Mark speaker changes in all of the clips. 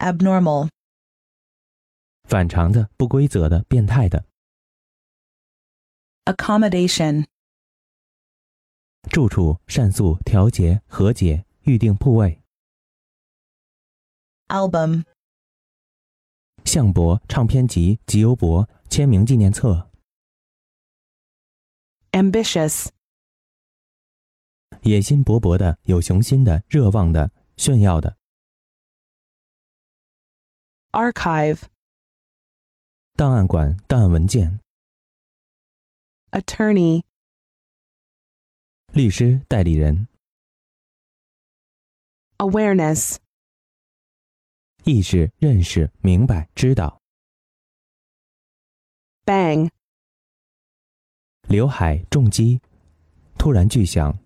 Speaker 1: abnormal,
Speaker 2: 反常的、不规则的、变态的。
Speaker 1: accommodation,
Speaker 2: 住处、善诉、调节、和解、预定部位、
Speaker 1: album,
Speaker 2: 相簿、唱片集、集邮簿、签名纪念册、
Speaker 1: ambitious,
Speaker 2: 野心勃勃的、有雄心的、热望的、炫耀的、
Speaker 1: archive,
Speaker 2: 档案馆、档案文件、
Speaker 1: attorney,
Speaker 2: 律师、代理人、
Speaker 1: awareness,
Speaker 2: 意识、认识、明白、知道、
Speaker 1: bang,
Speaker 2: 刘海、重击、突然巨响、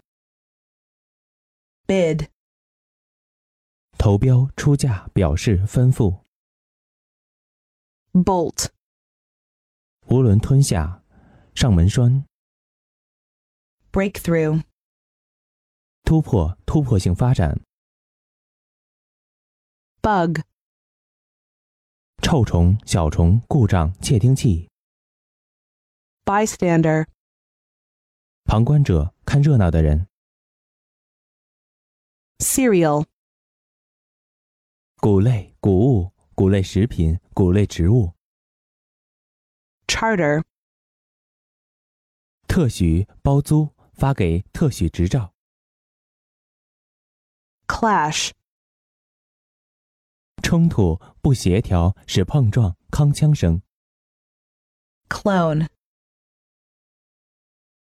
Speaker 1: bid,
Speaker 2: 投标、出价、表示、吩咐、
Speaker 1: bolt,
Speaker 2: 无论吞下、上门栓、
Speaker 1: breakthrough,
Speaker 2: 突破、突破性发展、
Speaker 1: bug,
Speaker 2: 臭虫、小虫、故障、窃听器、
Speaker 1: bystander,
Speaker 2: 旁观者、看热闹的人、
Speaker 1: cereal,
Speaker 2: 谷类、谷物、谷类食品、谷类植物、
Speaker 1: charter,
Speaker 2: 特许、包租、发给特许执照、
Speaker 1: clash,
Speaker 2: 冲突、不协调、使碰撞、铿锵声、
Speaker 1: clone,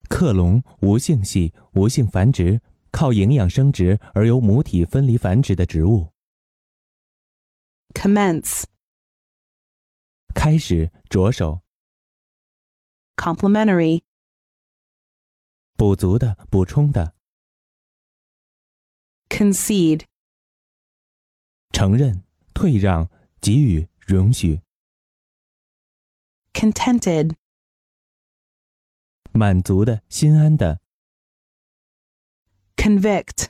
Speaker 2: 克隆、无性系、无性繁殖、靠营养生殖而由母体分离繁殖的植物、
Speaker 1: commence,
Speaker 2: 开始、着手、
Speaker 1: complementary,
Speaker 2: 补足的、补充的、
Speaker 1: concede,
Speaker 2: 承认、退让、给予、容许、
Speaker 1: contented,
Speaker 2: 满足的、心安的、
Speaker 1: convict,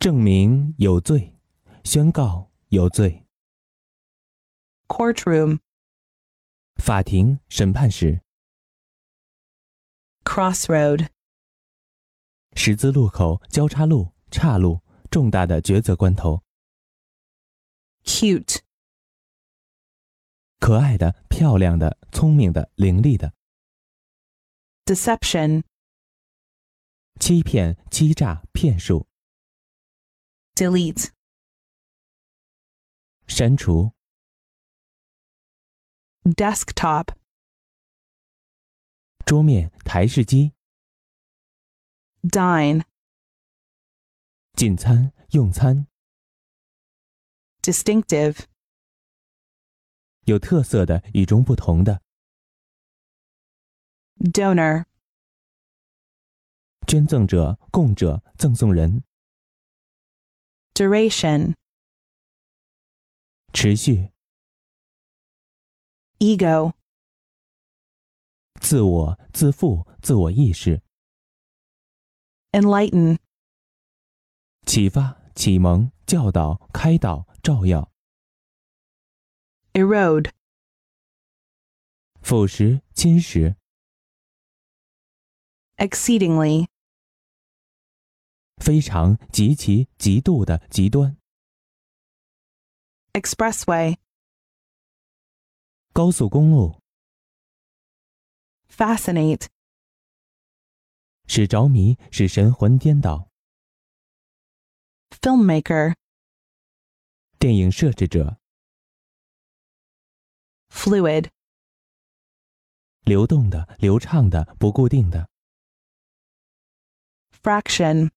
Speaker 2: 证明有罪、宣告有罪、
Speaker 1: courtroom,
Speaker 2: 法庭、审判室、
Speaker 1: crossroad,
Speaker 2: 十字路口、交叉路、岔路、重大的抉择关头、
Speaker 1: cute,
Speaker 2: 可爱的、漂亮的、聪明的、伶俐的、
Speaker 1: deception,
Speaker 2: 欺骗、欺诈、骗术、
Speaker 1: delete,
Speaker 2: 删除、
Speaker 1: desktop,
Speaker 2: 桌面、台式机、
Speaker 1: dine,
Speaker 2: 进餐、用餐、
Speaker 1: distinctive,
Speaker 2: 有特色的、与众不同的、
Speaker 1: donor,
Speaker 2: 捐赠者、供者、赠送人、
Speaker 1: duration,
Speaker 2: 持续、
Speaker 1: ego,
Speaker 2: 自我、自负、自我意识、
Speaker 1: enlighten,
Speaker 2: 启发、启蒙、教导、开导、照耀、
Speaker 1: erode,
Speaker 2: 腐蚀、侵蚀、
Speaker 1: exceedingly,
Speaker 2: 非常、极其、极度的极端、
Speaker 1: expressway,
Speaker 2: 高速公路，
Speaker 1: fascinate,
Speaker 2: 使着迷，使神魂颠倒。
Speaker 1: filmmaker,
Speaker 2: 电影摄制者，
Speaker 1: fluid,
Speaker 2: 流动的、流畅的、不固定的，
Speaker 1: fraction,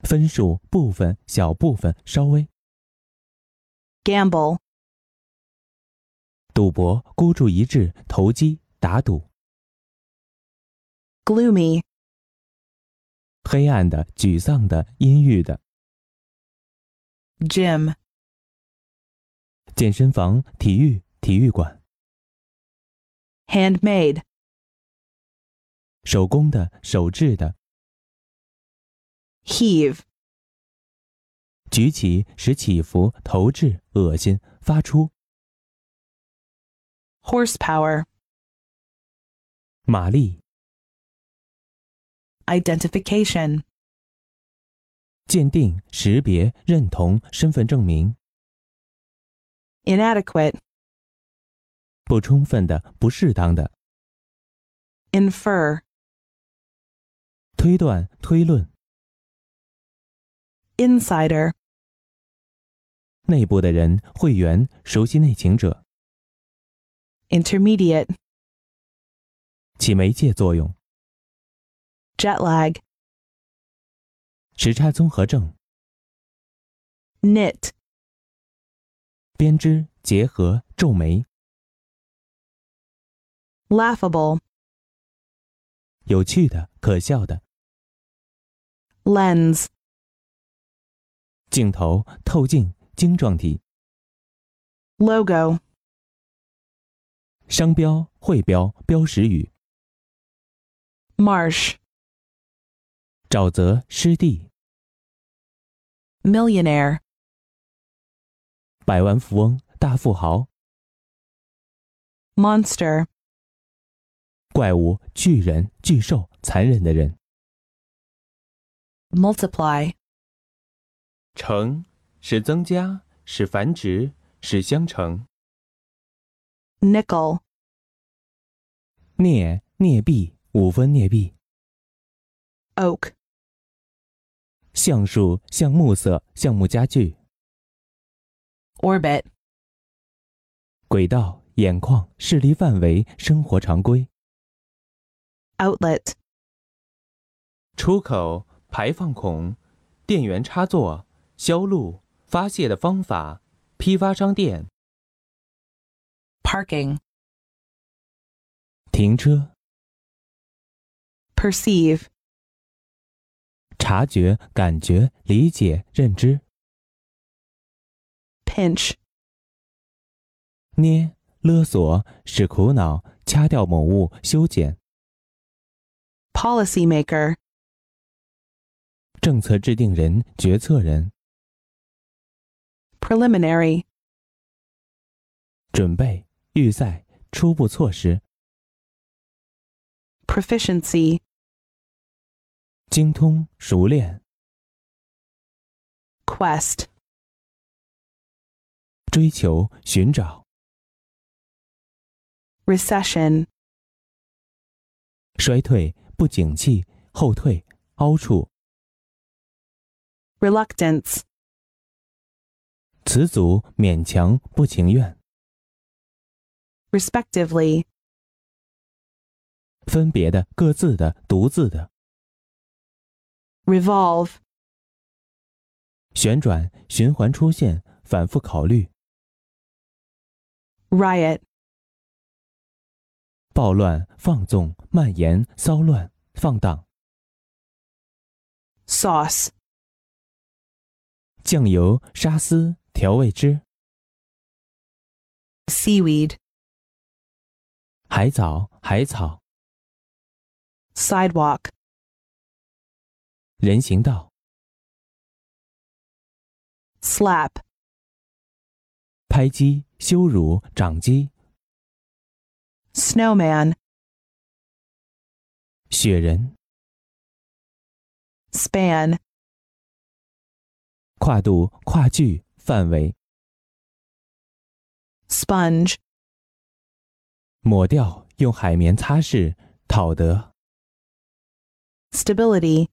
Speaker 2: 分数、部分、小部分、稍微。
Speaker 1: gamble,
Speaker 2: 赌博、孤注一掷、投机、打赌，
Speaker 1: gloomy,
Speaker 2: 黑暗的、沮丧的、阴郁的，
Speaker 1: gym,
Speaker 2: 健身房、体育、体育馆，
Speaker 1: handmade,
Speaker 2: 手工的、手制的，
Speaker 1: heave,
Speaker 2: 举起使起伏、投掷、恶心、发出。
Speaker 1: horsepower,
Speaker 2: 马力、
Speaker 1: identification,
Speaker 2: 鉴定、识别、认同、身份证明。
Speaker 1: inadequate,
Speaker 2: 不充分的、不适当的。
Speaker 1: infer,
Speaker 2: 推断、推论。
Speaker 1: insider,
Speaker 2: 内部的人、会员、熟悉内情者，
Speaker 1: intermediate,
Speaker 2: 起媒介作用。
Speaker 1: jet lag,
Speaker 2: 时差综合症。
Speaker 1: knit,
Speaker 2: 编织、结合、皱眉。
Speaker 1: laughable,
Speaker 2: 有趣的、可笑的。
Speaker 1: lens,
Speaker 2: 镜头、透镜、晶状体。
Speaker 1: logo,
Speaker 2: 商标、会标、标识语。
Speaker 1: marsh,
Speaker 2: 沼泽、湿地。
Speaker 1: millionaire,
Speaker 2: 百万富翁、大富豪。
Speaker 1: monster,
Speaker 2: 怪物、巨人、巨兽、残忍的人。
Speaker 1: multiply,
Speaker 2: 乘使增加，使繁殖，使相乘。
Speaker 1: nickel,
Speaker 2: 镍镍币，五分镍币。
Speaker 1: oak,
Speaker 2: 橡树、橡木色、橡木家具。
Speaker 1: orbit,
Speaker 2: 轨道、眼眶、视力范围、生活常规。
Speaker 1: outlet,
Speaker 2: 出口、排放孔、电源插座、销路、发泄的方法、批发商店、
Speaker 1: parking,
Speaker 2: 停车、
Speaker 1: perceive,
Speaker 2: 察觉、感觉、理解、认知、
Speaker 1: pinch,
Speaker 2: 捏、勒索、使苦恼、掐掉某物、修剪、
Speaker 1: policymaker,
Speaker 2: 政策制定人、决策人、
Speaker 1: preliminary,
Speaker 2: 准备、预赛、初步措施、
Speaker 1: proficiency,
Speaker 2: 精通、熟练、
Speaker 1: quest,
Speaker 2: 追求、寻找、
Speaker 1: recession,
Speaker 2: 衰退、不景气、后退、凹处、
Speaker 1: reluctance,
Speaker 2: 词组、勉强、不情愿。
Speaker 1: respectively,
Speaker 2: 分别的、各自的、独自的、
Speaker 1: revolve,
Speaker 2: 旋转、循环出现、反复考虑、
Speaker 1: riot,
Speaker 2: 暴乱、放纵、蔓延、骚乱、放荡、
Speaker 1: sauce,
Speaker 2: 酱油、沙司、调味汁、
Speaker 1: seaweed,
Speaker 2: 海藻、海草、
Speaker 1: sidewalk,
Speaker 2: 人行道、
Speaker 1: slap,
Speaker 2: 拍击、羞辱、掌击、
Speaker 1: snowman,
Speaker 2: 雪人、
Speaker 1: span,
Speaker 2: 跨度、跨距、范围、
Speaker 1: sponge,
Speaker 2: 抹掉、用海绵擦拭、讨得、
Speaker 1: stability,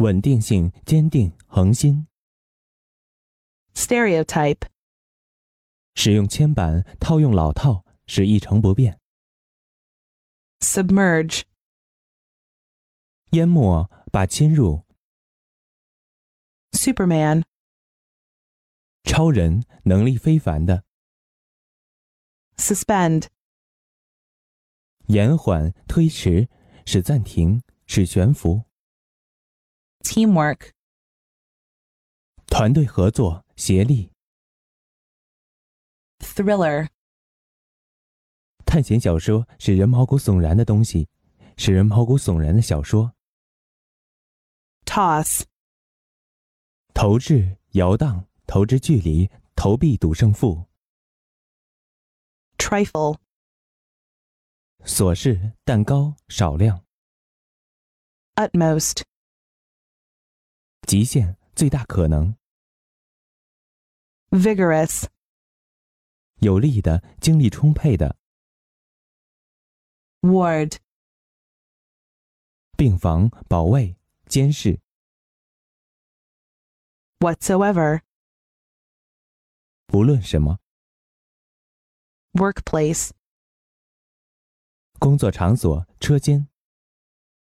Speaker 2: 稳定性、坚定、恒心。
Speaker 1: stereotype,
Speaker 2: 使用铅板、套用老套，使一成不变。
Speaker 1: submerge,
Speaker 2: 淹没，把侵入，
Speaker 1: superman,
Speaker 2: 超人，能力非凡的，
Speaker 1: suspend,
Speaker 2: 延缓、推迟，使暂停，使悬浮，
Speaker 1: teamwork,
Speaker 2: 团队合作，协力，
Speaker 1: thriller,
Speaker 2: 探险小说使人毛骨悚然的东西，使人毛骨悚然的小说，
Speaker 1: toss,
Speaker 2: 投掷、摇荡、投掷距离、投币赌胜负。
Speaker 1: trifle,
Speaker 2: 琐事、蛋糕、少量、
Speaker 1: utmost,
Speaker 2: 极限、最大可能、
Speaker 1: vigorous,
Speaker 2: 有力的、精力充沛的、
Speaker 1: ward,
Speaker 2: 病房、保卫、监视、
Speaker 1: whatsoever,
Speaker 2: 不论什么、
Speaker 1: workplace,
Speaker 2: 工作场所、车间、